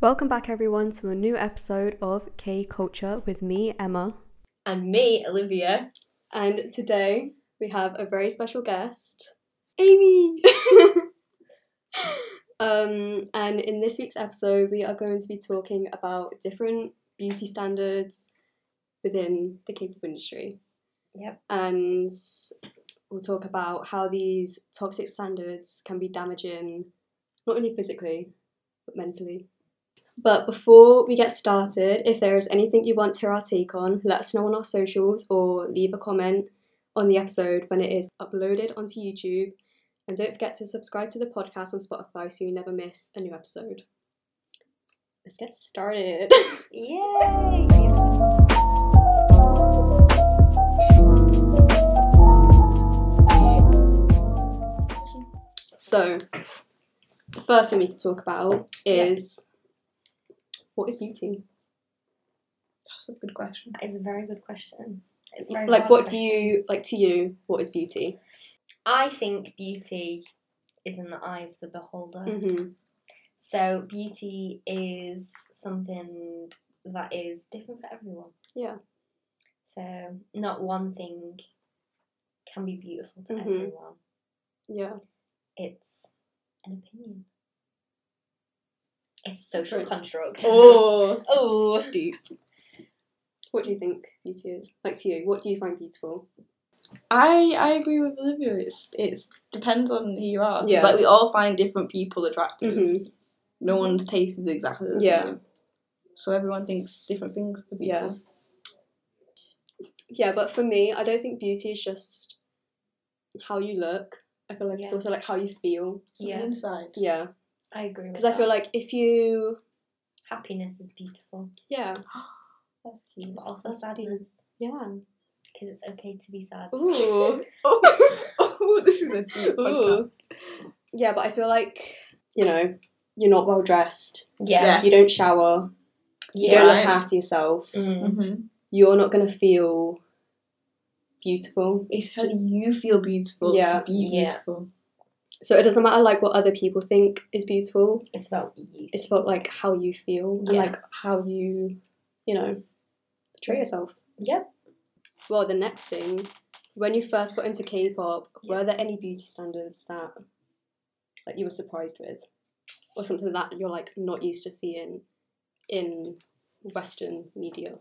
Welcome back, everyone, to a new episode of K Culture with me, Emma. And me, Olivia. And today we have a very special guest, Amy! Um, and in this week's episode, we are going to be talking about different beauty standards within the K-pop industry. Yep. And we'll talk about how these toxic standards can be damaging, not only physically, but mentally. But before we get started, if there is anything you want to hear our take on, let us know on our socials or leave a comment on the episode when it is uploaded onto YouTube and don't forget to subscribe to the podcast on Spotify so you never miss a new episode. Let's get started. Yay! so, the first thing we can talk about is what is beauty? That's a good question. That is a very good question. It's a very Like, hard what do question. you, like, to you, what is beauty? I think beauty is in the eye of the beholder. Mm-hmm. So, beauty is something that is different for everyone. Yeah. So, not one thing can be beautiful to Mhm. everyone. Yeah. It's an opinion, it's a social Right. construct. Oh, oh. deep. What do you think beauty is? Like, to you, what do you find beautiful? I I agree with Olivia. It's it's depends on who you are. Yeah. It's like we all find different people attractive. Mhm. No one's taste is exactly the Yeah. same. So everyone thinks different things could be. Yeah. Yeah, but for me, I don't think beauty is just how you look. I feel like it's Yeah. also like how you feel. Yeah. yeah. inside. Yeah, I agree with because I feel like if you, happiness is beautiful, yeah, That's cute. but also sadness yeah, because it's okay to be sad. ooh, oh, this is a deep ooh, yeah. But I feel like you know you're not well dressed. Yeah, You don't shower. You yeah. don't look Right. after yourself. Mm. Mm-hmm. You're not gonna feel beautiful. It's how you feel beautiful Yeah. to be Yeah. beautiful. So it doesn't matter like what other people think is beautiful. It's about you. It's about like how you feel and Yeah. like how you, you know, portray yourself. Yep. Well, the next thing, when you first got into K-pop, Yeah. were there any beauty standards that like you were surprised with, or something that you're like not used to seeing in Western media?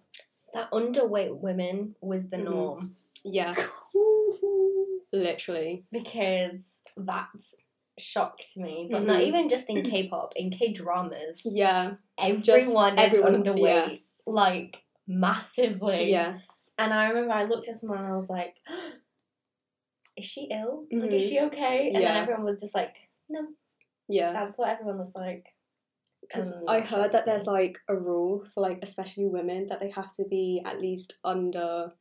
That underweight women was the Mhm. norm Yes, literally. because that shocked me. But not Mhm. even just in K-pop, in K-dramas, Yeah, just everyone is underweight, Yes. like massively. yes. And I remember I looked at someone and I was like, "Is she ill? Like, is Mhm. she okay?" And then Yeah. everyone was just like, "No, Yeah. that's what everyone looks like." Because Um, I that's heard that there's shocking. like a rule for like especially women that they have to be at least under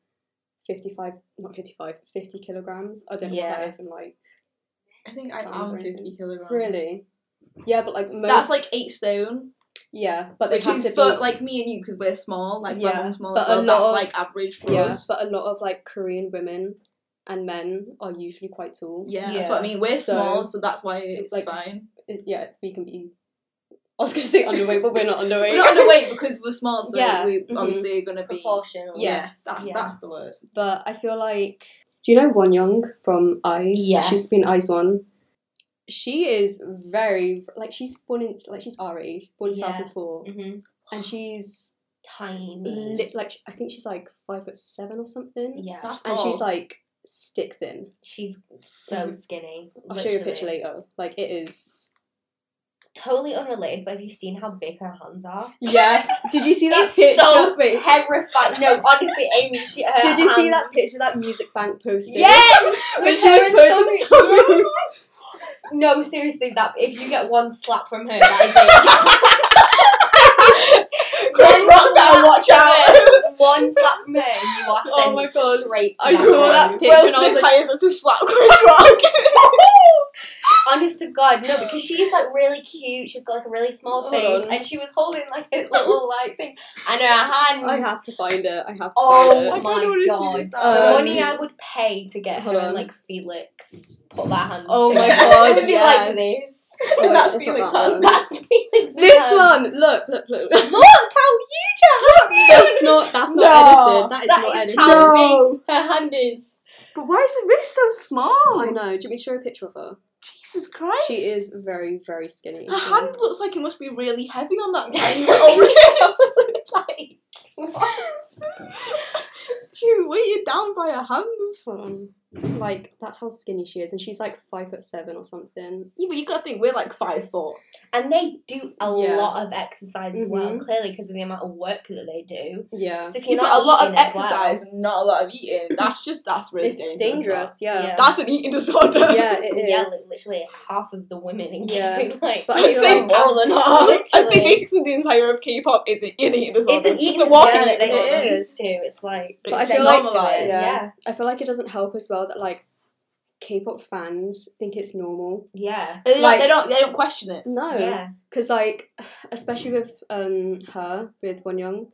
55, not 55, 50 kilograms. I don't know what Yeah. that is in like. I think I Sounds am right. fifty kilograms. Really? Yeah, but like most. That's like eight stone, Yeah, but they which have is to for be. like me and you because we're small. Like Yeah, my mum's small as but a well. lot That's of- like average for yeah, us. but a lot of like Korean women and men are usually quite tall. Yeah, Yeah. that's what I mean. We're So- small, so that's why it's Like- fine. It- yeah, we can be. I was gonna say underweight, but we're not underweight. We're not underweight because we're small, so Yeah, we're mhm. obviously gonna be. proportional. Yes, Yes, that's yeah. that's the word. but I feel like. Do you know Won Young from I? She's been Yes. I's one. She is very like she's born in like she's our age, born in Yeah. 2004, hmm and she's Tiny. li- like I think she's like five foot seven or something. yeah. Oh. That's and tall. she's like stick thin. She's so skinny. I'll show you a literally. picture later. Like it is. Totally unrelated, but have you seen how big her hands are? Yeah. Did you see that it's picture? so Wait, terrifying. No, honestly, Amy, she, her Did you see hands- that picture that Music Bank posted? Yes! When With she her was and posting Song Joong something. Ki. No, seriously, that if you get one slap from her, that is it. Chris Rock, better watch out! One slap from her, and you are sent Oh my God. straight to I that saw one. that picture Will and I was Smith like- hires her to slap Chris Rock. Honest to God, no, because she's like really cute. She's got like a really small Hold face, on. and she was holding like a little like thing, and her hand. I have to find it. I have to oh find it. I kinda my wanna see God! this the now. money Um, I would pay to get her hold and on. like Felix put their hands. Oh my together. God, It would be yeah. like this. wait, that's that's not Felix. That's, that one. that's Felix. This again. one, look, look, look. Look how you just That's not. That's No, not edited. That is that not is edited. how- No. Her hand is. But why is her wrist so small? I know. Do you want me to show a picture of her? Jesus Christ. She is very, very skinny. Her hand looks like it must be really heavy on that tiny little wrist. Oh, like, what? She's weighted down by her hands. Um, like that's how skinny she is, and she's like five foot seven or something. Yeah, but you gotta think we're like five foot. And they do a Yeah. lot of exercise as well, Mhm. clearly because of the amount of work that they do. Yeah, So if You you're put not a lot of eating as well- exercise and not a lot of eating. That's just that's really it's dangerous. dangerous. yeah, Yeah. That's an eating disorder. yeah, it is. yeah, like, literally half of the women in Yeah. K-pop. Like, But I I'd feel say like- more than half. I'd say Literally. basically the entire of K-pop is an eating disorder. it's an just eating a walking disorder that they it just disorder. is. used to. It's like But I it's feel just like- normalised. yeah. yeah, I feel like it doesn't help as well that like K-pop fans think it's normal. yeah, They don't- Like- they don't. They don't question it. No, yeah. because like especially with um her with Wonyoung,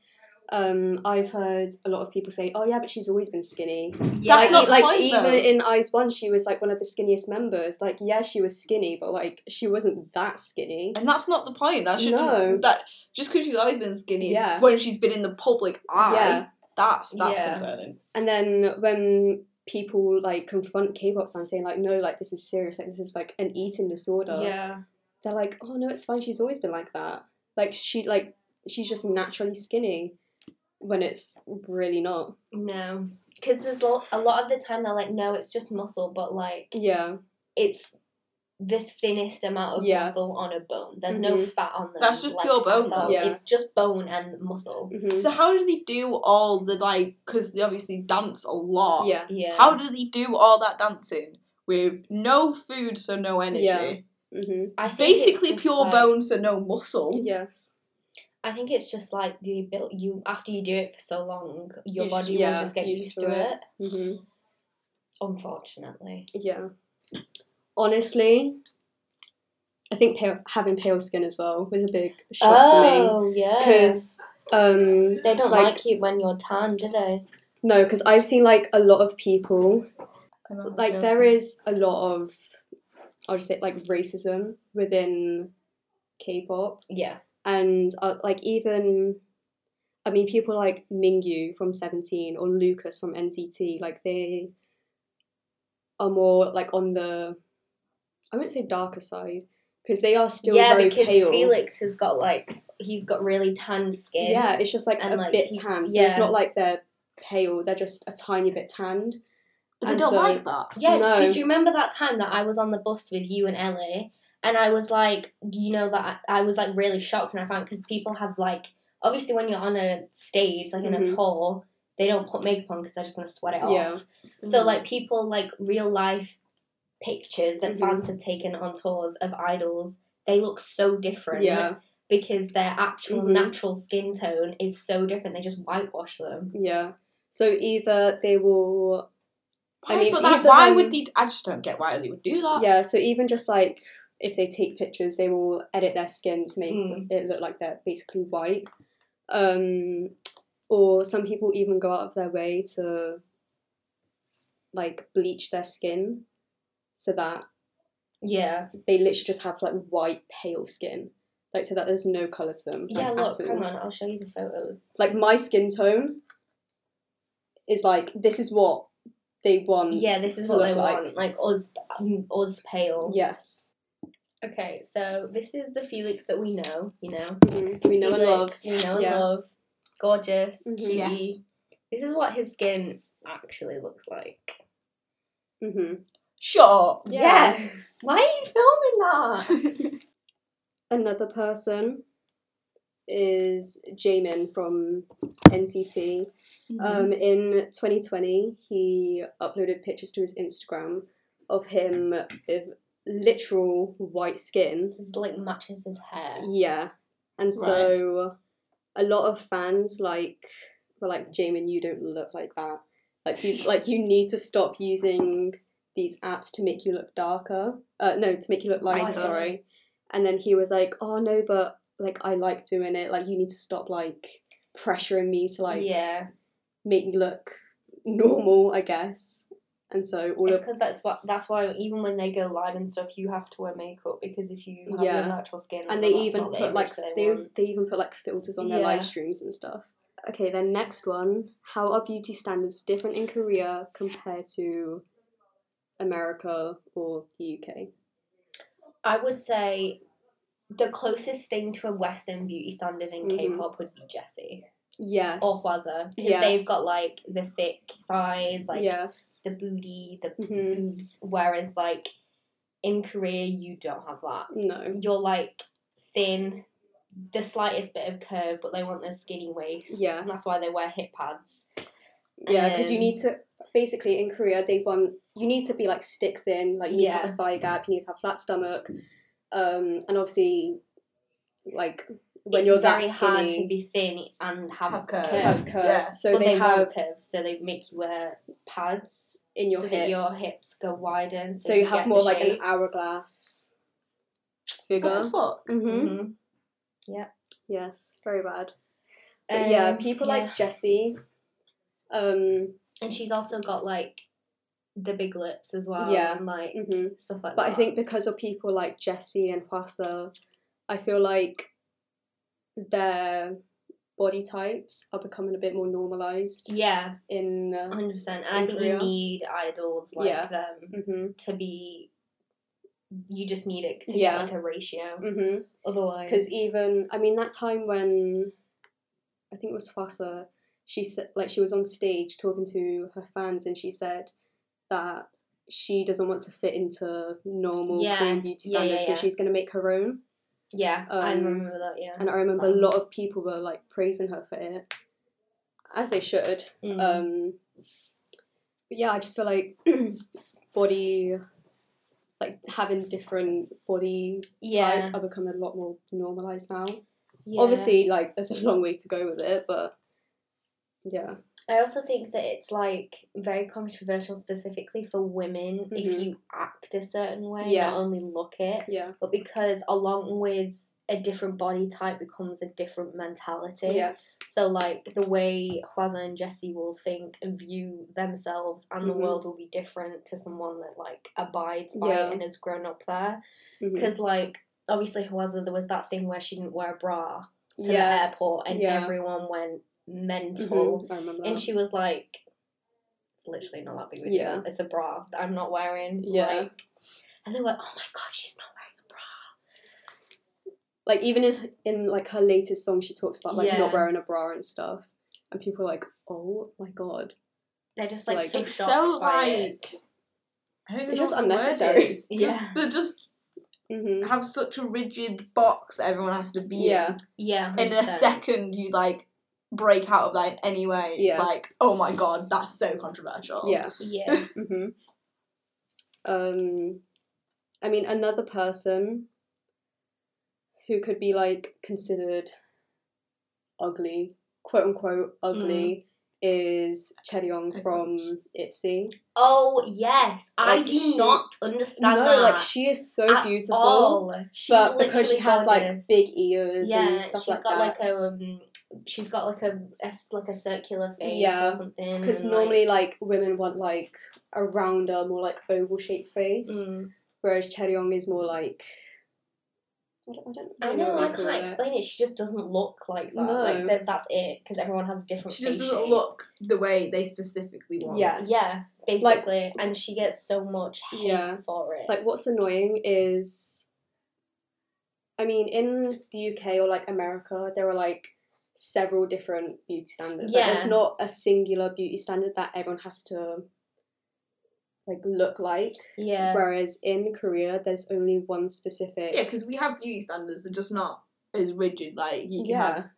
um I've heard a lot of people say, oh yeah, but she's always been skinny. Yeah, like, not e- the like point, even though. in Eyes One, she was like one of the skinniest members. Like yeah, she was skinny, but like she wasn't that skinny. And that's not the point. That shouldn't. No. That just because she's always been skinny. Yeah. When she's been in the public eye. yeah. That's that's Yeah. concerning. And then when people like confront K-pop fans saying like, no, like this is serious, like this is like an eating disorder. yeah. They're like, oh no, it's fine. She's always been like that. Like she like she's just naturally skinny, when it's really not. No, because there's lo- a lot of the time they're like, no, it's just muscle, but like Yeah. it's the thinnest amount of Yes. muscle on a bone. There's no Mhm. fat on them. That's just like, pure bone, at all. though. Yeah. It's just bone and muscle. Mhm. So how do they do all the like? Because they obviously dance a lot. yes. Yeah. How do they do all that dancing with no food, so no energy? Yeah. Mhm. I think it's Basically just, pure like- bone, so no muscle. Yes. I think it's just like the built you after you do it for so long, your You just- body yeah, will just get used used, to to it. it. Mhm. Unfortunately, Yeah. Honestly, I think pale, having pale skin as well was a big shock for me Oh, yeah, because um they don't like- like, you when you're tan, do they? no because I've seen like a lot of people like there is a lot of I'll just say like racism within K-pop Yeah, and uh, like even I mean people like Mingyu from Seventeen or Lucas from NCT like they are more like on the I wouldn't say darker side because they are still yeah, very because pale. Felix has got like he's got really tan skin. yeah, it's just like and, a like, bit he- tan. So it's yeah. not like they're pale; they're just a tiny bit tanned. But they and don't so- like that. Yeah, No. because you remember that time that I was on the bus with you and Ellie, and I was like, do you know that I, I was like really shocked when I found because people have like obviously when you're on a stage like in Mhm. a tour they don't put makeup on because they're just gonna sweat it Yeah. off. So Mhm. like people like real life pictures that Mhm. fans have taken on tours of idols, they look so different. Yeah, Because their actual Mhm. natural skin tone is so different, they just whitewash them. yeah. So either they will, I Why, mean, but that, even why when- would they? I just don't get why they would do that. yeah. So even just like if they take pictures, they will edit their skin to make Mm. it look like they're basically white. Um, or some people even go out of their way to like bleach their skin so that Yeah. they literally just have like white pale skin like so that there's no color to them Yeah, like, look, at all. hang on, I'll show you the photos. like my skin tone is like this is what they want Yeah, this is to what look they like. want. Like us, um, us pale. yes Okay, so this is the Felix that we know. You know, we know and love Felix, We know and Yes. love. Gorgeous, Mhm. cutie. Yes. This is what his skin actually looks like. hmm Sure. Yeah. Why are you filming that? another person is Jamin from NCT Mm-hmm. Um, in 2020, he uploaded pictures to his Instagram of him with literal white skin. this like matches his hair. Yeah, and so a lot of fans like were like, "Jamin, you don't look like that. Like you, like you need to stop using these apps to make you look darker. Uh, no, to make you look lighter. Lighter. Sorry." And then he was like, "Oh no, but like I like doing it. Like you need to stop like pressuring me to like." yeah, make me look normal, I guess. and so all It's of because that's what that's why even when they go live and stuff, you have to wear makeup because if you have Yeah. your natural skin, and then they that's even not the put image like they they, want. they even put like filters on their Yeah. live streams and stuff. Okay, then next one: How are beauty standards different in Korea compared to America or the UK? I would say the closest thing to a Western beauty standard in Mhm. K-pop would be Jessie Yes. or Hwaza because Yes. they've got like the thick thighs, like yes. the booty, the Mhm. boobs. Whereas like in Korea, you don't have that. No. You're like thin, the slightest bit of curve, but they want the skinny waist. and Yes. that's why they wear hip pads. Yeah, because you Um, need to basically in Korea they want you need to be like stick thin, like you need to have a thigh gap, you need to have flat stomach, um, and obviously, like when it's you're that very hard to skinny, be thin and have, Have curves. curves. have curves. Yeah. So Well, they, have want curves, so they make you wear pads in your so hips. that your hips go wider. and so you have get more the like an shape. hourglass What figure. the fuck? Mm-hmm. Mhm. Yes, very bad. But yeah, Um, people yeah. like Jessie. Um, and she's also got like the big lips as well. Yeah. and like mhm. stuff like But that. I think because of people like Jesse and Hwasa, I feel like their body types are becoming a bit more normalized yeah, in. Uh, hundred percent. And I In think Korea. you need idols like Yeah. them mhm, to be. You just need it Yeah. to e, get like a ratio. mhm. Otherwise, Because even I mean that time when I think it was Hwasa, she said like she was on stage talking to her fans and she said that she doesn't want to fit into normal Yeah, Korean beauty yeah, yeah, standards, yeah. so she's gonna make her own. yeah, I um, remember that. Yeah, And I remember Um, a lot of people were like praising her for it, as they should. Mm. Um, but yeah, I just feel like body, like having different body yeah, types, are becoming a lot more normalized now. yeah. Obviously, like there's a long way to go with it, but yeah, I also think that it's like very controversial, specifically for women, if Mhm. you act a certain way, not only Yes. look it, yeah, but because along with a different body type becomes a different mentality. yes, So, like the way Huaza and Jesse will think and view themselves and Mhm. the world will be different to someone that like abides by Yeah. it and has grown up there. mhm, Because, like, obviously, Huaza, there was that thing where she didn't wear a bra to the yes, airport and yeah. everyone went mhm, mental. I remember. And that. she was like, it's literally not that big of a Yeah. deal. It's a bra that I'm not wearing. Yeah. Like, and they were, oh my god, she's not wearing a bra. like even in in like her latest song, she talks about like not Yeah. wearing a bra and stuff, and people are like, oh my god. They're just like, Like, so I'm shocked It's so by it. like I don't even It's know just what the word unnecessary. is. Yeah. Just, they just hmm Mm-hmm. have such a rigid box that everyone has to be in. Yeah, yeah. in a 100%. second you like break out of that in any way it's Yes. like oh my god that's so controversial yeah. Yeah. hmm Um, I mean, another person who could be like considered ugly, quote unquote Mm. ugly, is Cheryong from ITZY. Oh, yes. I Like, do she- not understand no, that. like she is so at beautiful, all. She's but because she literally has like gorgeous. big ears Yeah, and she's stuff like got that. like a um, she's got like a, a s- like a circular face Yeah, or something. Because and, normally, like women want like a rounder, more like oval shaped face, Mm. whereas Cheryong is more like. I don't. I, don't I really know, what I to call can't it. explain it. She just doesn't look like that. No. Like there's- that's it, because everyone has different. she just face doesn't shape. look the way they specifically want Yeah. Yeah, basically, and she gets so much hate Yeah. for it. like what's annoying is i mean in the uk or like america there are like several different beauty standards like Yeah. there's not a singular beauty standard that everyone has to like look like yeah, whereas in korea there's only one specific yeah because we have beauty standards they're just not as rigid like you can Yeah. have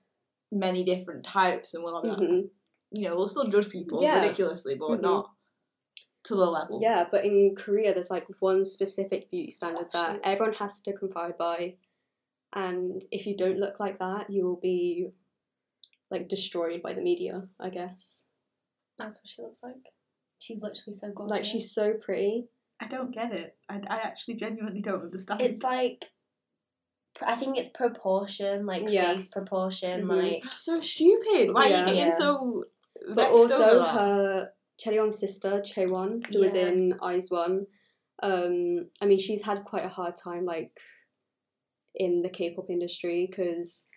many different types and whatnot Mhm. you know we'll still judge people Yeah. ridiculously but Mhm. not to the level yeah but in korea there's like one specific beauty standard that everyone has to confide by and if you don't look like that you will be like destroyed by the media i guess that's what she looks like. She's literally so gorgeous. Like she's so pretty. i don't get it i, I actually genuinely don't understand it's like, I think it's proportion, like Yes. face proportion, Mhm. like That's so stupid why are Yeah. you getting Yeah. so But vexed over also that? her Chaeryeong's sister, Chaewon, who was Yeah. in Eyes One. Um, I mean, she's had quite a hard time, like, in the K-pop industry because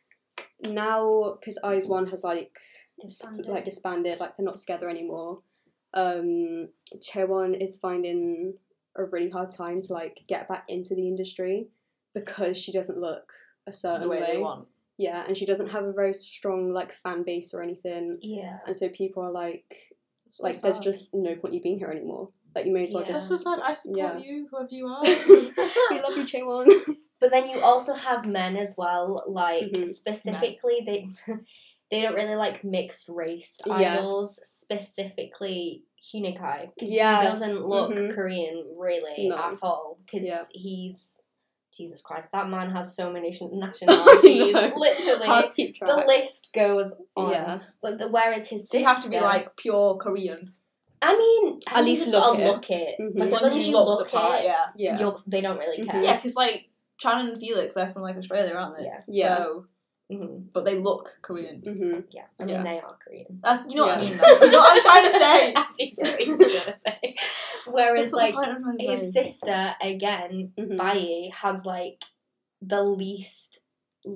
now, because Eyes One has like dis- Disbanded. like disbanded, like they're not together anymore. Um, Chaewon is finding a really hard time to like get back into the industry because she doesn't look a certain the way way. they want. Yeah, and she doesn't have a very strong like fan base or anything, Yeah. and so people are like, So like there's sad. just no point you being here anymore. Like you may as well Yeah. That's just so sad. I support Yeah. you, whoever you are. we love you, Chaewon. But then you also have men as well, like Mhm. specifically they they don't really like mixed race Yes. idols, specifically Hunikai. 'cause Yes, He doesn't look mhm. Korean really No. at all because Yeah. he's Jesus Christ. That man has so many nation- nationalities. know. Literally, Hard to keep track. the list goes on. yeah, But the, whereas his So you have to be sister- like pure Korean. I mean, At I think least you just gotta look it. look it. Mm-hmm. Mhm. Like, As as long as you look look, the part, it, yeah. Mm-hmm. yeah, you're, they don't really Mhm. care. Yeah, because like Chan and Felix, they're from like Australia, aren't they? Yeah. Yeah. So, Mhm. but they look Korean. hmm yeah. I mean, Mm-hmm. Yeah. they are Korean. That's you know what I Yeah. mean. Though. You know what I'm trying to say. I do get what you're trying to say. Whereas, That's like, what I'm trying to his say. sister, again, Mhm. Baye, has, like, the least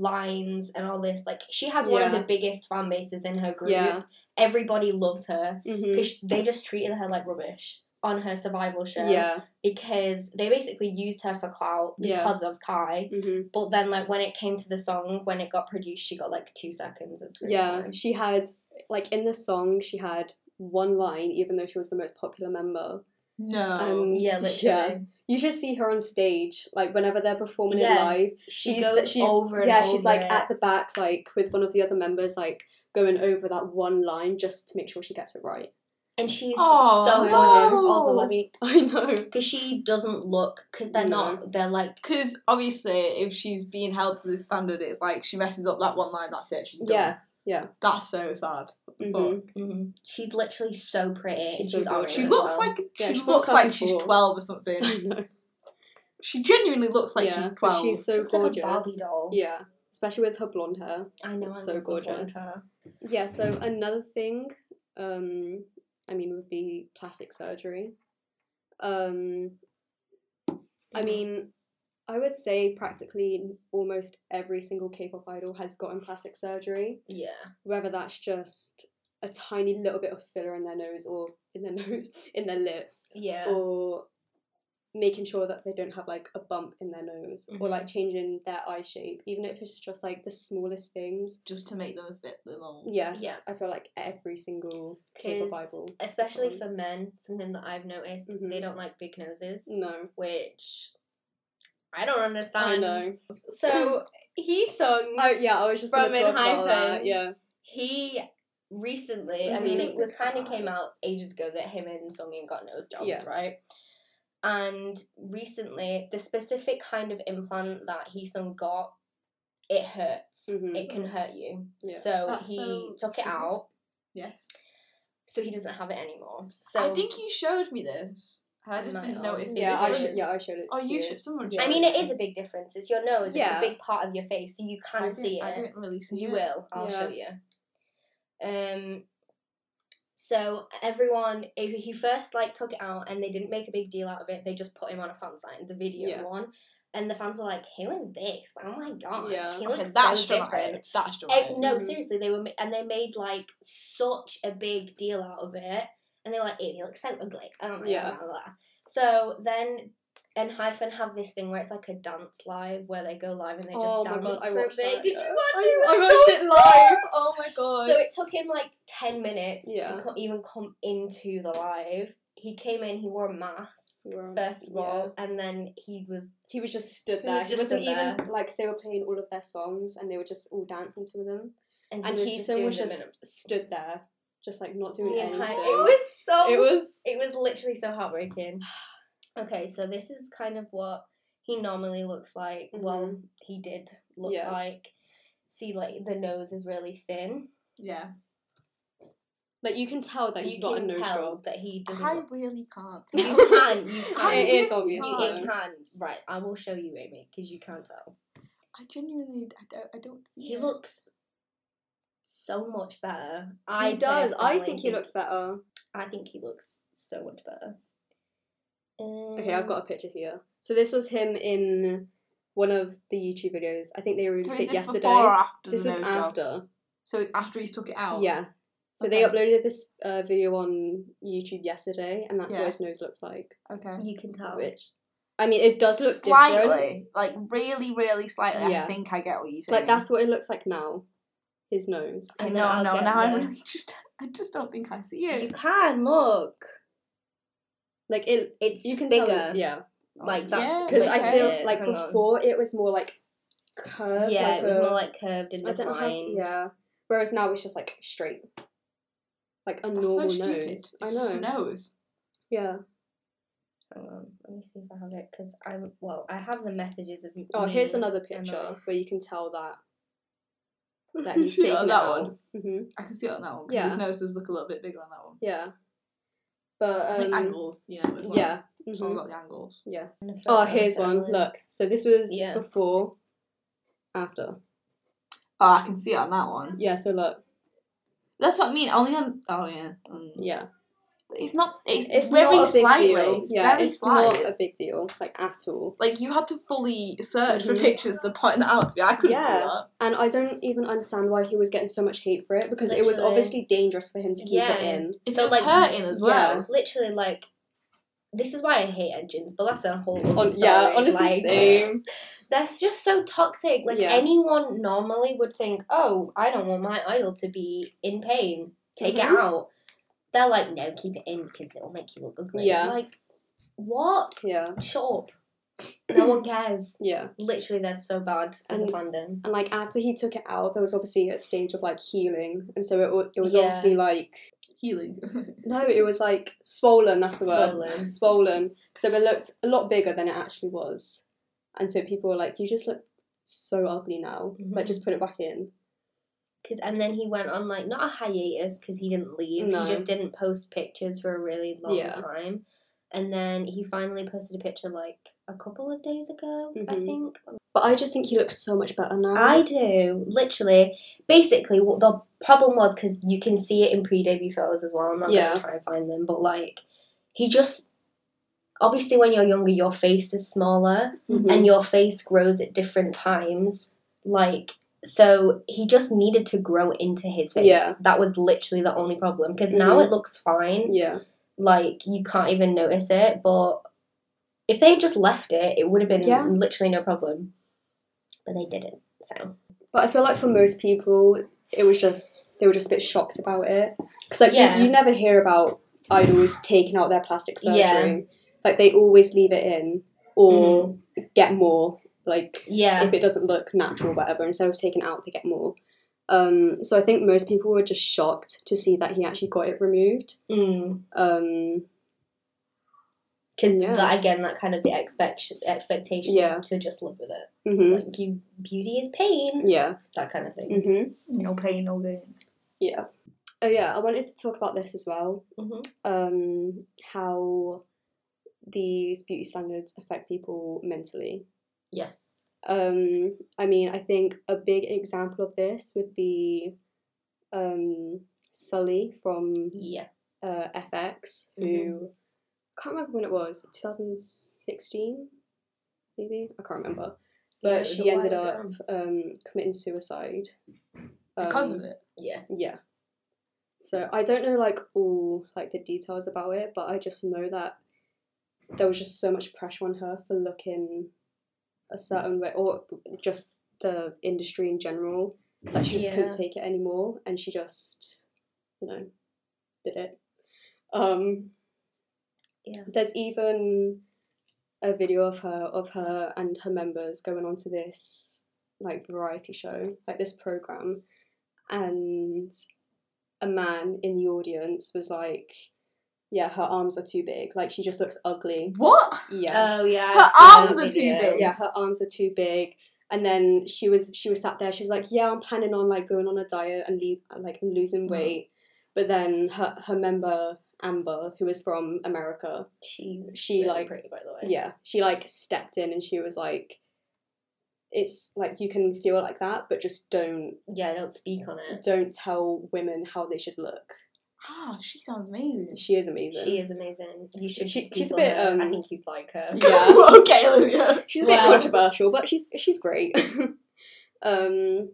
lines and all this. Like, she has one of Yeah. the biggest fan bases in her group. yeah, Everybody loves her Mm. hmm because they just treated her like rubbish on her survival show yeah, because they basically used her for clout because Yes. of Kai. hmm But then, like when it came to the song, when it got produced, she got like two seconds of screen yeah. time. She had like in the song, she had one line, even though she was the most popular member. No. Um, Oh, yeah, literally. You should see her on stage, like whenever they're performing Yeah. it live. She she's goes she's, over and yeah, over she's like it. at the back, like with one of the other members, like going over that one line just to make sure she gets it right. and she's Oh, so no. gorgeous. Also, let me I know. because she doesn't look because they're No. not. They're like Because obviously, if she's being held to this standard, it's like she messes up that one line. That's it. She's done. Yeah, yeah. That's so sad. Mhm. mm-hmm. she's literally so pretty. She's and so gorgeous. she's orange. She as looks well. like she, Yeah, she looks, looks like like she's four. twelve or something. I know. She genuinely looks like yeah. she's but twelve. She's She so looks gorgeous. like a Barbie doll. Yeah, especially with her blonde hair. I know. It's I so love her blonde gorgeous. hair. Yeah. So another thing, um, I mean, would be plastic surgery. Um, I mean, I would say practically almost every single K-pop idol has gotten plastic surgery. Yeah. whether that's just a tiny little bit of filler in their nose or in their nose in their lips Yeah. or making sure that they don't have like a bump in their nose or Mhm. like changing their eye shape even if it's just like the smallest things just to make them fit the mold. yes Yeah. i feel like every single k-pop 'Cause- bible Especially Sorry. for men, something that I've noticed, Mhm. they don't like big noses. no which I don't i understand. know So he sung. oh yeah i was just From gonna talk about Enhypen. that yeah He recently, I mean, Mhm. it was kind of came out ages ago that him and Sungin got nose jobs, Yes. right? And recently, the specific kind of implant that he sung got, it hurts. Mhm. It can hurt you. Yeah. So That's he so took it true. out. Yes. So he doesn't have it anymore. So I think you showed me this. I just Might didn't not. notice. the yeah i difference. should yeah i showed it Oh, to you should. Someone. Yeah. I showed mean, me. it is a big difference. It's your nose. Yeah. It's a big part of your face, so you can I not didn't- see it. I didn't really see You it. will. I'll show you. Um. So everyone, if he first like took it out and they didn't make a big deal out of it, they just put him on a fan site, the video Yeah. one, and the fans were like, "Who is this? Oh my god, Yeah. he Okay, looks that's so different." dramatic. That's Eh, dramatic. no, Mhm. seriously, they were ma- and they made like such a big deal out of it, and they were like, "Ew, he looks so ugly." I don't know. Yeah. blah, blah, blah. So then, and hyphen have this thing where it's like a dance live where they go live and they just Oh my dance God, I for a watched bit. that, Did yeah. you watch I, it? It I was watched so it live oh my god so it took him like 10 minutes Yeah. to co- even come into the live. He came in, he wore a mask, Well, first of yeah. all, and then he was. He was just stood He there. was He, just was not stood even like 'cause they were playing all of their songs and they were just all dancing to them. And he, And was he just so doing much the just stood there, just like not doing minimum the anything. entire. It was so. It was. It was literally so heartbreaking. Okay, so this is kind of what he normally looks like. Well, he did look Mm-hmm. Yeah. like. See, like the nose is really thin. Yeah. Like you can tell that but he you got a can nose tell job. that he doesn't. I look- really can't. You can, you can. I It is obvious. You, though. it can. Right, I will show you, Amy, because you can't tell. I genuinely, I don't, I don't see. He it. looks so much better. He does. I personally think he looks better. I think he looks so much better. Um, Okay, I've got Mm. a picture here. So this was him in one of the YouTube videos. I think they So is released this it yesterday. before or after this the was nose job? Oh. after. So after he took it out. Yeah. So they uploaded this uh, video on YouTube yesterday, and that's Yeah. what his nose looked like. Okay. Um, You can tell. Which, I mean, it does look slightly, different. like really, really slightly. I Yeah. think I get what you're saying. Like that's what it looks like now. His nose. I And know, then I I'll know. get Now I'm there. really just. I just don't think I see You it. can look. Like it. It's You can bigger. Tell, yeah. Like that's Because I Okay. feel like Hang on. before it was more like curved. yeah, like it was a- more like curved and I defined. don't know how to, yeah. Whereas now it's just like straight, like a That's normal so stupid. nose. It's I just a know. nose. Yeah. Hang on, let me see if I have it because I'm well. I have the messages of. Oh, Mm, me here's another and picture I. where you can tell that that he's Yeah, taken it that out. one. hmm I can see it on that one. 'cause Yeah. His nose does look a little bit bigger on that one. Yeah. But um, like angles, you know. As well. Yeah. It's all mhm, about the angles. Yes. And a photo Oh, of here's one. Ellen. Look. So this was Yeah. before, after. Oh, I can see it on that one. Yeah. So look. That's what I mean. Only on. Oh yeah. Mm. Yeah. It's not. It's, It's very not a big slightly. deal. It's yeah. very it's slight. not a big deal. Like at all. like you had to fully search for Mhm. pictures to point that out to me. I couldn't see Yeah. that. And I don't even understand why he was getting so much hate for it because it was Literally. obviously dangerous for him to keep Yeah. it in. If So, it was like, hurting as well. yeah. Literally, like this is why I hate engines, but that's a whole. other On, yeah, story, honestly, like, same. That's just so toxic. Like Yes. anyone normally would think, oh, I don't want my idol to be in pain. Take Mhm. it out. They're like, no, keep it in because it will make you look ugly. Yeah. Like, what? Yeah, Shut up. No one cares. yeah. Literally, they're so bad as a And- fandom. And like after he took it out, there was obviously a stage of like healing, and so it, wa- it was Yeah. obviously like Healing. no, it was like swollen. That's the word. Swollen. Swollen. So it looked a lot bigger than it actually was, and so people were like, "You just look so ugly now. Like Mhm. just put it back in." Cause and then he went on like not a hiatus because he didn't leave. No. He just didn't post pictures for a really long Yeah. time, and then he finally posted a picture like a couple of days ago, I Mhm. think. But I just think he looks so much better now. I do literally, basically, what the problem was because you can see it in pre-debut photos as well. I'm not Yeah. gonna try and find them, but like he just obviously when you're younger, your face is smaller Mhm. and your face grows at different times. Like, so he just needed to grow into his face. Yeah. That was literally the only problem because now Mhm. it looks fine. yeah, Like, you can't even notice it. But if they had just left it, it would have been Yeah. literally no problem. But they didn't. So, But I feel like for most people, it was just they were just a bit shocked about it because like Yeah. you, you never hear about idols taking out their plastic surgery. Yeah. Like they always leave it in or get more. Like Mm. yeah. if it doesn't look natural, whatever. Instead of taking it out, they get more. Um, so I think most people were just shocked to see that he actually got it removed. Because, Um, Yeah. again, that kind of the expect- expectation Yeah. to just live with it. mhm. Like, you, beauty is pain. Yeah. That kind of thing. hmm No pain, no gain. Yeah. Oh yeah, I wanted to talk about this as well. Mhm. um, how these beauty standards affect people mentally. Yes. Um, I mean, I think a big example of this would be um, Sully from Yeah. uh, FX, who Mm-hmm. can't remember when it was, 2016, maybe? I can't remember. Yeah, it But was she a while ended ago. up um, committing suicide. Because Um, of it. Yeah. yeah. So I don't know like all like the details about it, but I just know that there was just so much pressure on her for looking a certain way, or just the industry in general, that she just couldn't Yeah. take it anymore, and she just, you know, did it. Um, Yeah. There's even a video of her of her and her members going onto this like variety show, like this program, and a man in the audience was like, "Yeah, her arms are too big. Like she just looks ugly. What? Yeah, Oh yeah. Her I arms saw that are too video. big. yeah, her arms are too big." And then she was she was sat there. She was like, "Yeah, I'm planning on like going on a diet and leave like losing Mhm. weight." But then her her member Amber, who is from America, She's She, really like- pretty by the way. yeah, she like stepped in and she was like, "It's like you can feel like that, but just don't Yeah. Don't speak on it. don't tell women how they should look." Ah, she sounds amazing. She is amazing. She is amazing. You should. She- she's a Google bit, her. I um, think you'd like her. Yeah. okay, Olivia. She's a bit Well- controversial, but she's she's great. um,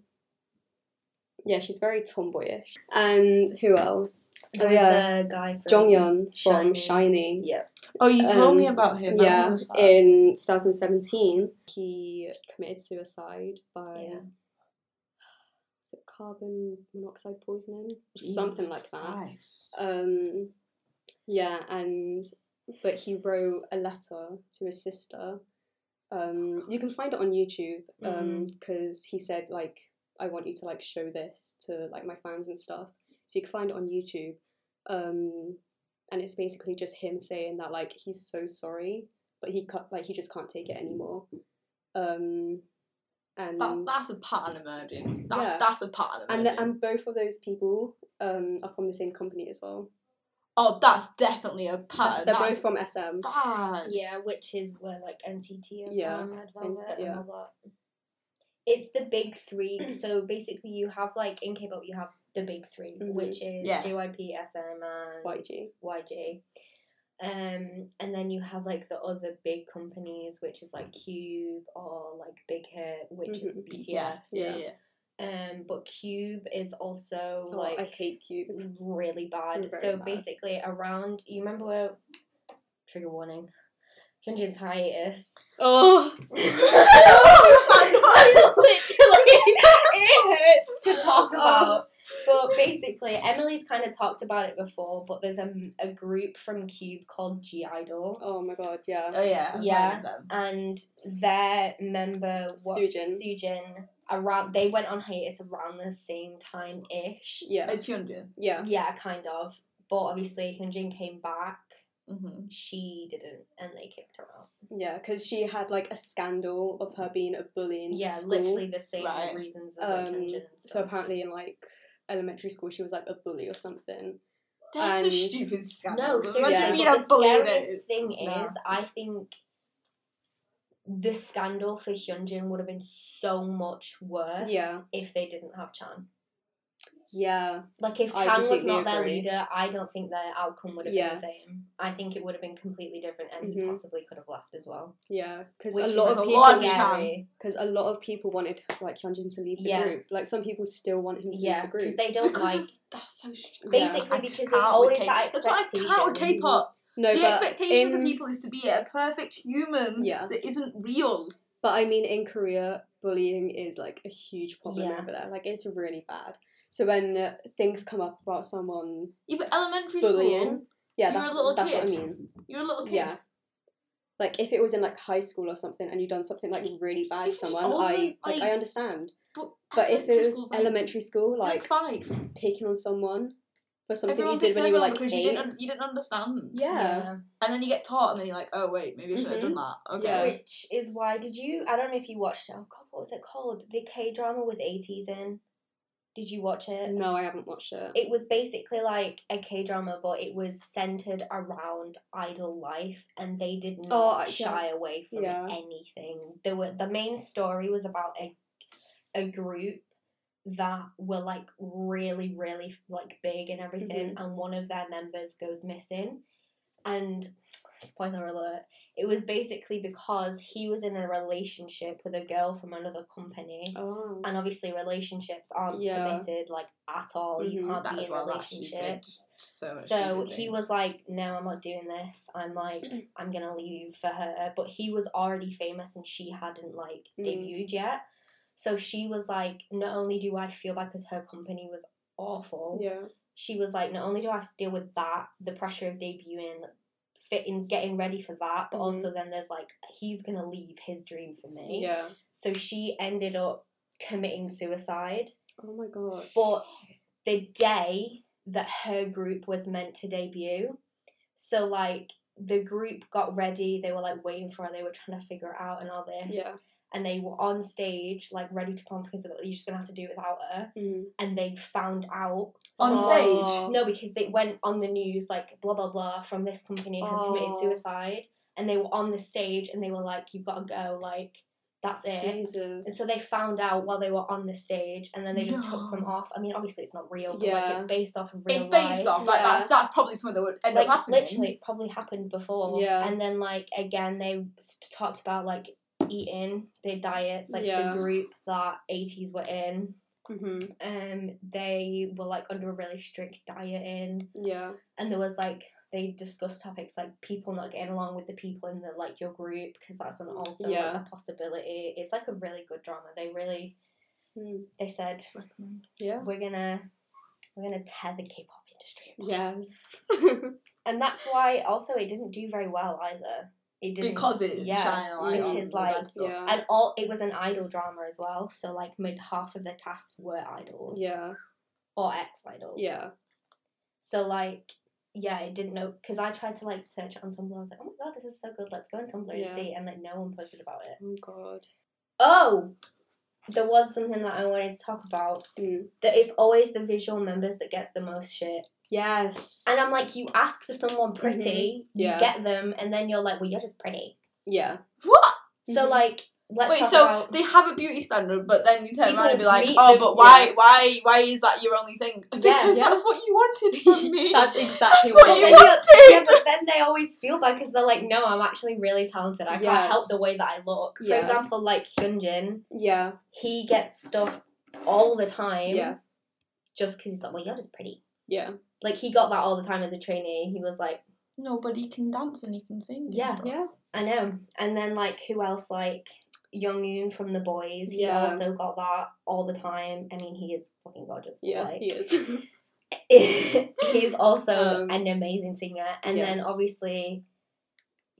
yeah, she's very tomboyish. And who else? There Oh, is yeah. the guy from Jonghyun from Shiny. Shiny. Yeah. Oh, you told Um, me about him. I Yeah, was sad. in 2017, he committed suicide by Yeah. was it carbon monoxide poisoning, something like that. that. Um, yeah, and but he wrote a letter to his sister. Um, you can find it on YouTube because Mm. he said like I want you to like show this to like my fans and stuff. So you can find it on YouTube. Um, and it's basically just him saying that like he's so sorry, but he can't, like he just can't take it anymore. Um, and That, that's a pattern emerging. That's Um, Yeah. that's a pattern and emerging. the, um, and both of those people um, are from the same company as well. oh, that's definitely a pattern. They're that's both from SM. bad. Yeah, which is where like NCT are Yeah, from, Red Velvet, yeah. and all that. It's the big three. so basically, you have like in K-pop, you have the big 3 Mhm. which is Yeah. JYP, SM, and YG. YG. Um, and then you have like the other big companies, which is like Cube or like Big Hit, which is Mhm. BTS. Yeah. Um, but Cube is also Oh, like I hate Cube. really bad. Very so bad. basically, around you remember where trigger warning, Hyunjin's hiatus. Oh, Literally, it hurts to talk about. But basically, Emily's kind of talked about it before. But there's a, a group from Cube called G Idol, oh my god, yeah. Oh yeah. I'm Yeah. one of them. and their member wa- Sujin. Sujin around they went on hiatus around the same time ish. Yeah, It's Hyunjin. yeah. Yeah, kind of. But obviously, Hyunjin came back. Mm-hmm. She didn't, and they kicked her out. Yeah, because she had like a scandal of her being a bully in yeah, school. literally the same Right. reasons as like Um, Hyunjin. and so stuff. apparently in like elementary school she was like a bully or something. That's a And- stupid scandal. no, Imagine seriously, Yeah. being but a bully the that scariest is- thing No. is, I think the scandal for Hyunjin would have been so much worse Yeah. if they didn't have Chan. Yeah. Like if I Chan was completely not their agree. leader, I don't think their outcome would have been the Yes. same. I think it would have been completely different, and he Mhm. possibly could have left as well. Yeah, because which a is lot of a people, lot of Chan. scary. because a lot of people wanted like Hyunjin to leave the Yeah. group. Like some people still want him to leave Yeah, the group. because they don't Because like of, that's so stupid. basically I because just there's can't with always K- that That's why I can't with expectation. K-pop. no, the but expectation in- for people is to be a perfect human Yeah. that isn't real. But I mean, in Korea, bullying is like a huge problem Yeah. over there. Like it's really bad. So when uh, things come up about someone Even elementary bullying, yeah, You're a that's, little that's what I kid. mean. school, you're a little kid. Yeah. Like if it was in like high school or something, and you done something like really bad to It's just someone, older I than- like I- I understand. But, But if it was school's elementary school, like five, picking on someone for something everyone you did picks when on you were everyone like because you eight, didn't un- you didn't understand. yeah. And then you get taught, and then you're like, oh wait, maybe I should have Mhm. done that. Okay. Yeah. Which is why did you? I don't know if you watched it. Oh God, what was it called? The K drama with eighties in. Did you watch it? No, I haven't watched it. It was basically like a K drama, but it was centered around idol life, and they did not Oh, I- yeah. shy away from Yeah. anything. There were the main story was about a a group that were like really really like big and everything Mm-hmm. and one of their members goes missing and spoiler alert it was basically because he was in a relationship with a girl from another company Oh. and obviously relationships aren't Yeah. permitted like at all you Mhm. can't That be as in well, that's stupid. relationships Just so much so stupid he things. was like, "No, I'm not doing this. I'm like, I'm gonna leave for her." But he was already famous, and she hadn't like Mm. debuted yet. So she was like, "Not only do I feel bad because her company was awful, Yeah. she was like, not only do I have to deal with that, the pressure of debuting, fitting, getting ready for that, but Mhm. also then there's like, he's gonna leave his dream for me." Yeah. So she ended up committing suicide. Oh my god. But the day that her group was meant to debut, so like the group got ready, they were like waiting for her, they were trying to figure it out and all this. Yeah. And they were on stage, like ready to perform because they were like, you're just gonna have to do it without her. Mhm. And they found out On so- stage? No, because they went on the news like blah blah blah from this company has committed Oh. suicide, and they were on the stage and they were like, "You've got to go, like That's it. Jesus. And so they found out while they were on the stage, and then they just took them No. off. I mean, obviously it's not real, but Yeah. like it's based off of real It's based life. off like Yeah. that's that's probably something that would end like up happening. literally, it's probably happened before. Yeah. And then like again, they s- talked about like eating their diets, like Yeah. the group that eighties were in. hmm Um, they were like under a really strict dieting, Yeah. and there was like they discussed topics like people not getting along with the people in the like your group because that's an also like, Yeah. a possibility. It's like a really good drama. They really Mm. they said Yeah. we're gonna we're gonna tear the K-pop industry, apart. Yes. and that's why also it didn't do very well either. It didn't because it yeah, shine a light on because, the bad like, stuff. yeah. and all it was an idol drama as well. So like mid half of the cast were idols, Yeah. or ex idols, Yeah. So like yeah, it didn't know because I tried to like search it on Tumblr. I was like, oh my god, this is so good. Let's go on Tumblr Yeah. and see, and like no one posted about it. Oh God. Oh, there was something that I wanted to talk about. Mm. That it's always the visual members that gets the most shit. Yes. And I'm like, you ask for someone pretty, Mm-hmm. Yeah. you get them, and then you're like, well, you're just pretty. yeah. What? So Mhm. like, let's Wait, talk so about. they have a beauty standard, but then you turn around and be People like, meet "Oh, them- but why, yes. why, why is that your only thing? Because yeah. that's what you wanted from me. That's exactly That's what what But you then you're- wanted. yeah, but then they always feel bad because they're like, no, I'm actually really talented. I Yes. can't help the way that I look. For Yeah. example, like Hyunjin, Yeah. he gets stuff all the time. Yeah. Just because he's like, well, you're just pretty. Yeah. Like he got that all the time as a trainee. He was like, No, but he can dance and he can sing. and Yeah. stuff. Yeah. I know. And then like, who else? Like Young Yoon from The Boys. He Yeah. also got that all the time. I mean, he is fucking gorgeous. but, Yeah. like, He is. he's also Um, an amazing singer. And then yes. obviously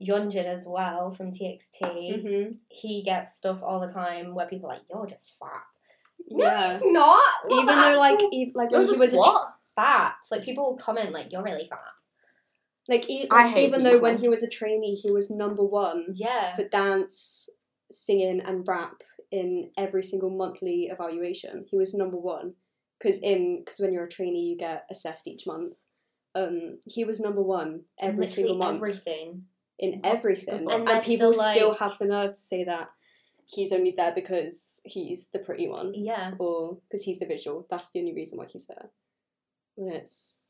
Yeonjin as well from TXT. hmm He gets stuff all the time where people are like, "You're just fat." Yeah. he's not. Even though, like, e- like You're when he was just a what? fat, like people will comment like, "You're really fat." Like e- I hate even though when people. he was a trainee, he was number one Yeah, for dance, singing, and rap in every single monthly evaluation. He was number one because in because when you're a trainee, you get assessed each month. Um, he was number one every Literally single month Everything. in everything, God. and, And they're people still, still like- have the nerve to say that he's only there because he's the pretty one Yeah, or because he's the visual. That's the only reason why he's there. When it's,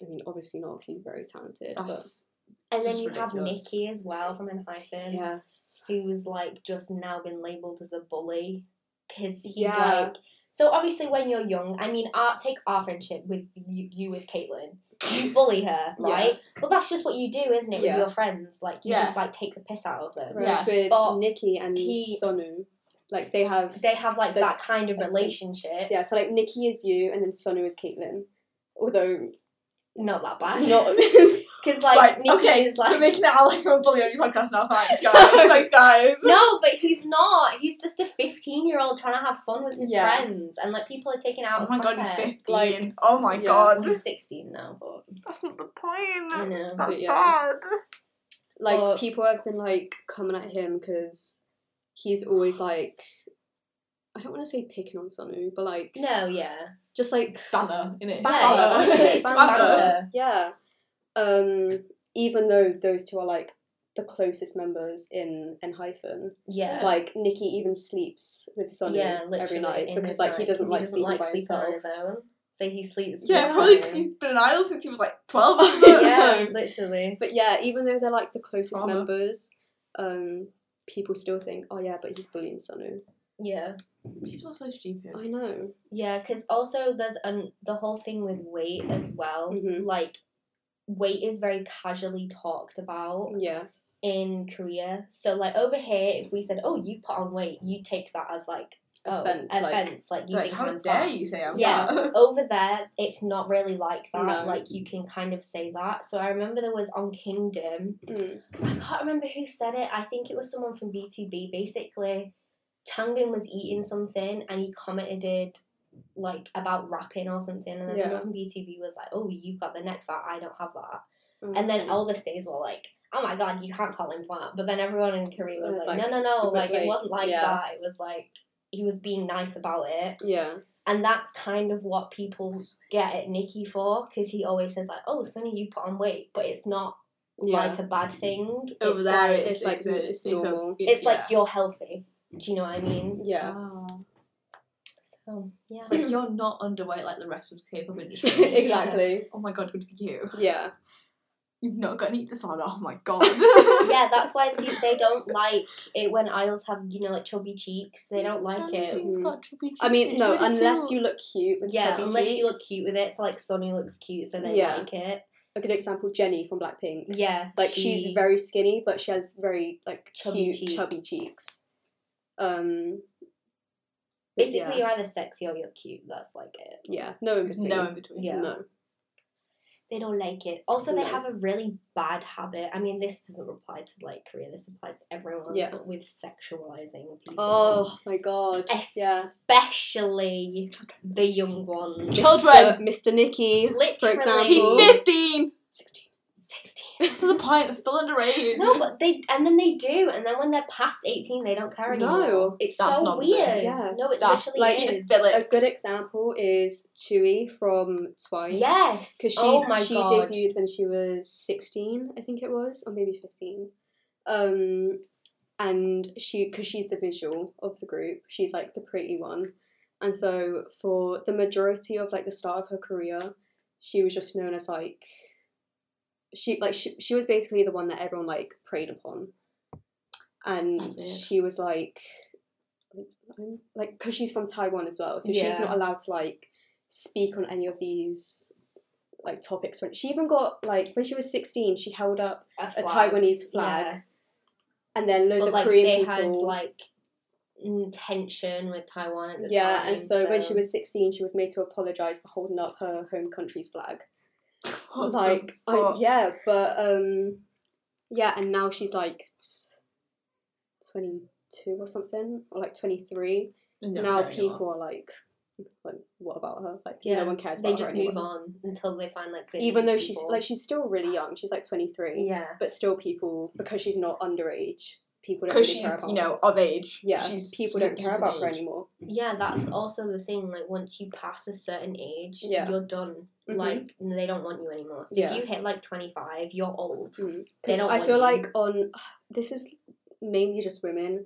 I mean, obviously not 'cause he's very talented, That's- and then It's you have ridiculous. Nikki as well from N but hyphen, yes, who's like just now been labeled as a bully because he's Yeah. like. So obviously, when you're young, I mean, our, take our friendship with you, you with Caitlin. You bully her, Yeah. right? But that's just what you do, isn't it? Yeah. With your friends, like you Yeah. just like take the piss out of them. whereas Yeah. with But Nikki and he- Sonu, like they have They have like There's- that kind of there's- relationship. yeah. So like Nikki is you, and then Sonu is Caitlin. Although Not that bad. not because like right, Nikki okay, is like we're making it out like I'm a bully on your podcast now. Thanks, guys. Thanks, guys. no, but he's not. He's just a fifteen-year-old trying to have fun with his Yeah. friends, and like people are taking out. Oh of my god, he's context. 15. Like, oh my yeah. Well, god. he's sixteen now, but That's not the I point. know. That's Yeah. bad. like But- people have been like coming at him because he's always like. I don't want to say picking on Sonu, but like No, yeah, just like Banner, innit? yeah, it's, literally- it's just Banter. banter. Yeah. Um, even though those two are like the closest members in N hyphen, Yeah, like Nikki even sleeps with Sonny yeah, literally every night in because his like he night, doesn't 'cause like sleeping by sleeping himself. on his own, so he sleeps. with Yeah, Yeah. probably because someone. he's been an idol since he was like 12 or something. yeah, literally. But yeah, even though they're like the closest Drama. members, um, people still think, oh yeah, but he's bullying Sonu. Yeah. People are so stupid. I know. Yeah, because also there's um, the whole thing with weight as well. Mhm. Like, weight is very casually talked about Yes. in Korea. So, like, over here, if we said, oh, you put on weight, you take that as, like, oh, Offense, offense. like- Like, you Like, think how I'm dare fat. you say I'm Yeah. fat? Over there, it's not really like that. No. Like, you can kind of say that. So, I remember there was on Kingdom, Mm. I can't remember who said it. I think it was someone from B2B. Basically, Changbin was eating something and he commented it, like about rapping or something, and then Yeah. someone from B2B was like, "Oh, you've got the neck fat. I don't have that." And then all the stays were like, "Oh my god, you can't call him fat." But then everyone in Korea was It's like, like- "No, no, no! but Like like, it wasn't like yeah. that. It was like he was being nice about it." yeah, And that's kind of what people get at Nikki for because he always says like, "Oh, Sonny, you put on weight," but it's not yeah, like a bad thing. Over it's there, like, it's, like, it's normal. it's like you're healthy. Do you know what I mean? Yeah. So yeah. It's like you're not underweight like the rest of the K-pop industry. exactly. oh my god, good for you. Yeah. You've not got an eat disorder. Oh my god. yeah, that's why they, they don't like it when idols have, you know, like chubby cheeks. They don't like it. Mm. I I mean, no, unless you look cute with Yeah, chubby unless you look cheeks. cute with it. So like Sunny looks cute, so they Yeah. like it. A good example, Jenny from Blackpink. Yeah, Like she's she- very skinny, but she has very like Chubby cute cheeks. chubby cheeks. Um. but basically yeah. you're either sexy or you're cute. That's like it. yeah. No in There's between. no in between. Yeah. No. They don't like it. Also, they No. have a really bad habit. I mean, this doesn't apply to like Korea. This applies to everyone. Yeah. But with sexualizing people. Oh my god. Yeah. Especially the young ones. Children. Mr. Nikki. Literally. example- He's 15! 16. 16. This is the point, they're still underage. No, but they and then they do, and then when they're past eighteen, they don't care No. anymore. it's That's so nonsense. weird. Yeah. No, it That's literally like is. pedophilic. A good example is Tui from Twice. Yes. Because she, oh my she god. debuted when she was 16, I think it was, or maybe 15. Um, and she, because she's the visual of the group, she's like the pretty one. And so for the majority of like the start of her career, she was just known as like, she like she, she was basically the one that everyone like preyed upon. And That's weird. she was like, like, because she's from Taiwan as well, so she's Yeah. not allowed to like speak on any of these like topics. When- She even got like when she was sixteen, she held up a flag. Taiwanese flag, Yeah. and then loads But of like Korean they people. had like mm, tension with Taiwan at the yeah, time. and so, when she was sixteen, she was made to apologize for holding up her home country's flag. What the like, I- fuck? yeah, but um, yeah, and now she's like twenty two or something, or like twenty three. No, now carry on. people are like, like, what about her? Like, yeah, no one cares. They about her just move anymore. on until they find like the Even new though she's people. like she's still really young, she's like twenty three. yeah. but still people because she's not underage people don't Because really care she's, about you her. know, of age. yeah She's- people she's don't a care decent about her age. anymore Yeah, that's also the thing. Like, once you pass a certain age, Yeah. you're done. Mhm. Like, they don't want you anymore. So Yeah. if you hit like 25, you're old. Mm. They 'Cause don't I want feel you. like on this is mainly just women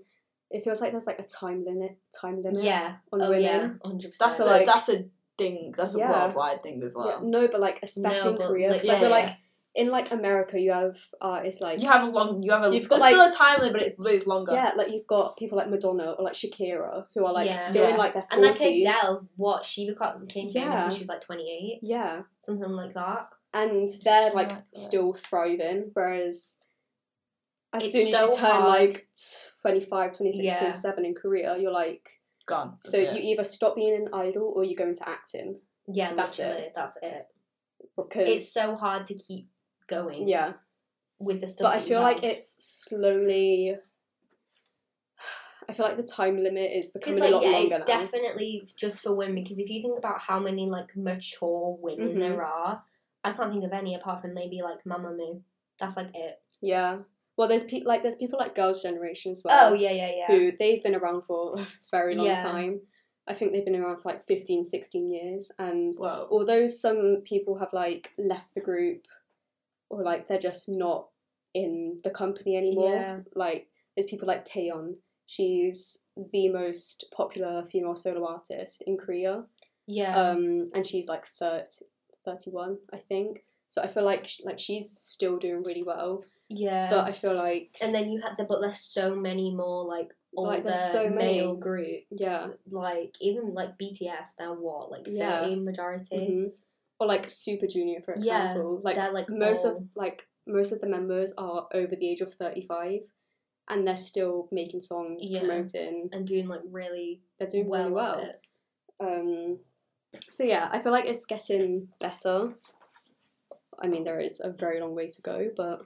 it feels like there's like a time limit time limit Yeah. on oh, women yeah. 100%. That's, So, a, like- that's a thing, that's a Yeah. worldwide thing as Yeah, well. no but like especially No, in but, Korea like, because I yeah, feel yeah. like in like America you have artists like You have a long, you have a, You've You've got, there's still a time limit, but it's, but it's longer. yeah like you've got people like Madonna or like Shakira who are like Yeah. still in Yeah. like their 40s And like Adele, what? She became famous Yeah. when she was like 28, yeah something like that. and they're like Right, right. still thriving whereas as It's soon as so you turn hard. like 25 26 Yeah. 27 in korea you're like Gone. That's so it. you either stop being an idol or you go into acting Yeah, That's it. literally. That's it. because It's so hard to keep going yeah with the stuff. but i that you feel like have. it's slowly i feel like the time limit is becoming like, a lot yeah, longer it's now definitely just for women because if you think about how many like mature women Mhm. there are, I can't think of any apart from maybe like Mamamoo. That's like it. yeah well there's people like there's people like girls generation as well oh yeah, yeah, yeah. who they've been around for a very long Yeah. time i think they've been around for like 15 16 years and Whoa. although some people have like left the group or like they're just not in the company anymore Yeah. like there's people like Taeyeon she's the most popular female solo artist in Korea Yeah. um and she's like 30, 31 I think so I feel like sh- like she's still doing really well yeah. but I feel like and then you had the but there's so many more like older Like, there's so many. male groups. Yeah. Like even like BTS, they're what like thirty Yeah. majority. mhm. or like Super Junior for Yeah, example like they're like most of old. like most of the members are over the age of 35 and they're still making songs Yeah. promoting and doing like really they're doing well. really well. well um so yeah i feel like it's getting better i mean there is a very long way to go but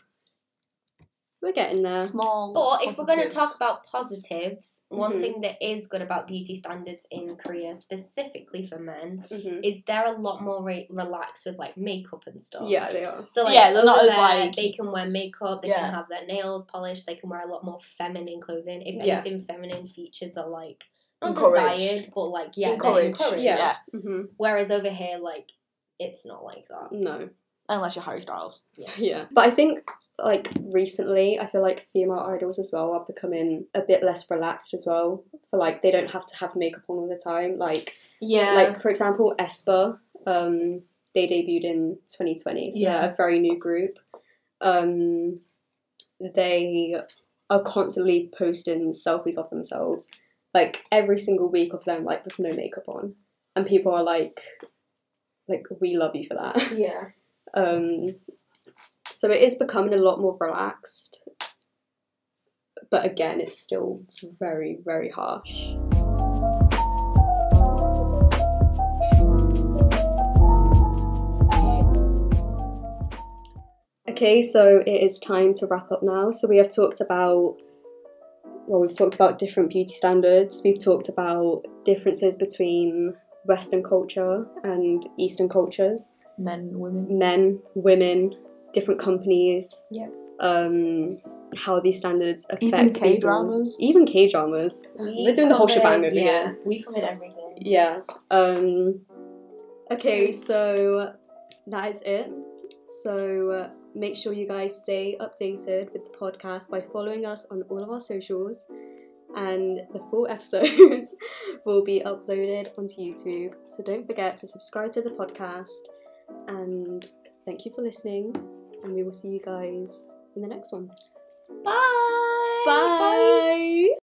we're getting there Small. But if we're going to talk positives. about positives, one Mhm. thing that is good about beauty standards in Korea, specifically for men, hmm is they're a lot more re- relaxed with like makeup and stuff. yeah they are So like, Yeah, they're not over as, there, like- they can wear makeup, they Yeah. can have their nails polished, they can wear a lot more feminine clothing. If Yes. anything, feminine features are like not Encouraged. desired, but like yeah, they're Encouraged, encouraged. yeah, Yeah. hmm Whereas over here, like it's not like that. no Unless you're Harry Styles. yeah but i think like recently, I feel like female idols as well are becoming a bit less relaxed as well. For like they don't have to have makeup on all the time. Like Yeah. like for example, Esper. Um, they debuted in 2020. So Yeah. they're a very new group. Um, they are constantly posting selfies of themselves, like every single week of them, like with no makeup on, and people are like, like we love you for that. yeah. Um, so it is becoming a lot more relaxed, but again, it's still very, very harsh. Okay, so it is time to wrap up now. So we have talked about, well, we've talked about different beauty standards, we've talked about differences between Western culture and Eastern cultures Men, women. men, women, different companies. Yep. Um, how these standards affect Even people. K-dramas. Even K dramas. We We're doing the whole shebang covered- over yeah, here. We covered everything. Yeah. Um, okay, so that is it. So uh, make sure you guys stay updated with the podcast by following us on all of our socials. And the full episodes will be uploaded onto YouTube. So don't forget to subscribe to the podcast. And thank you for listening. And we will see you guys in the next one. Bye. Bye.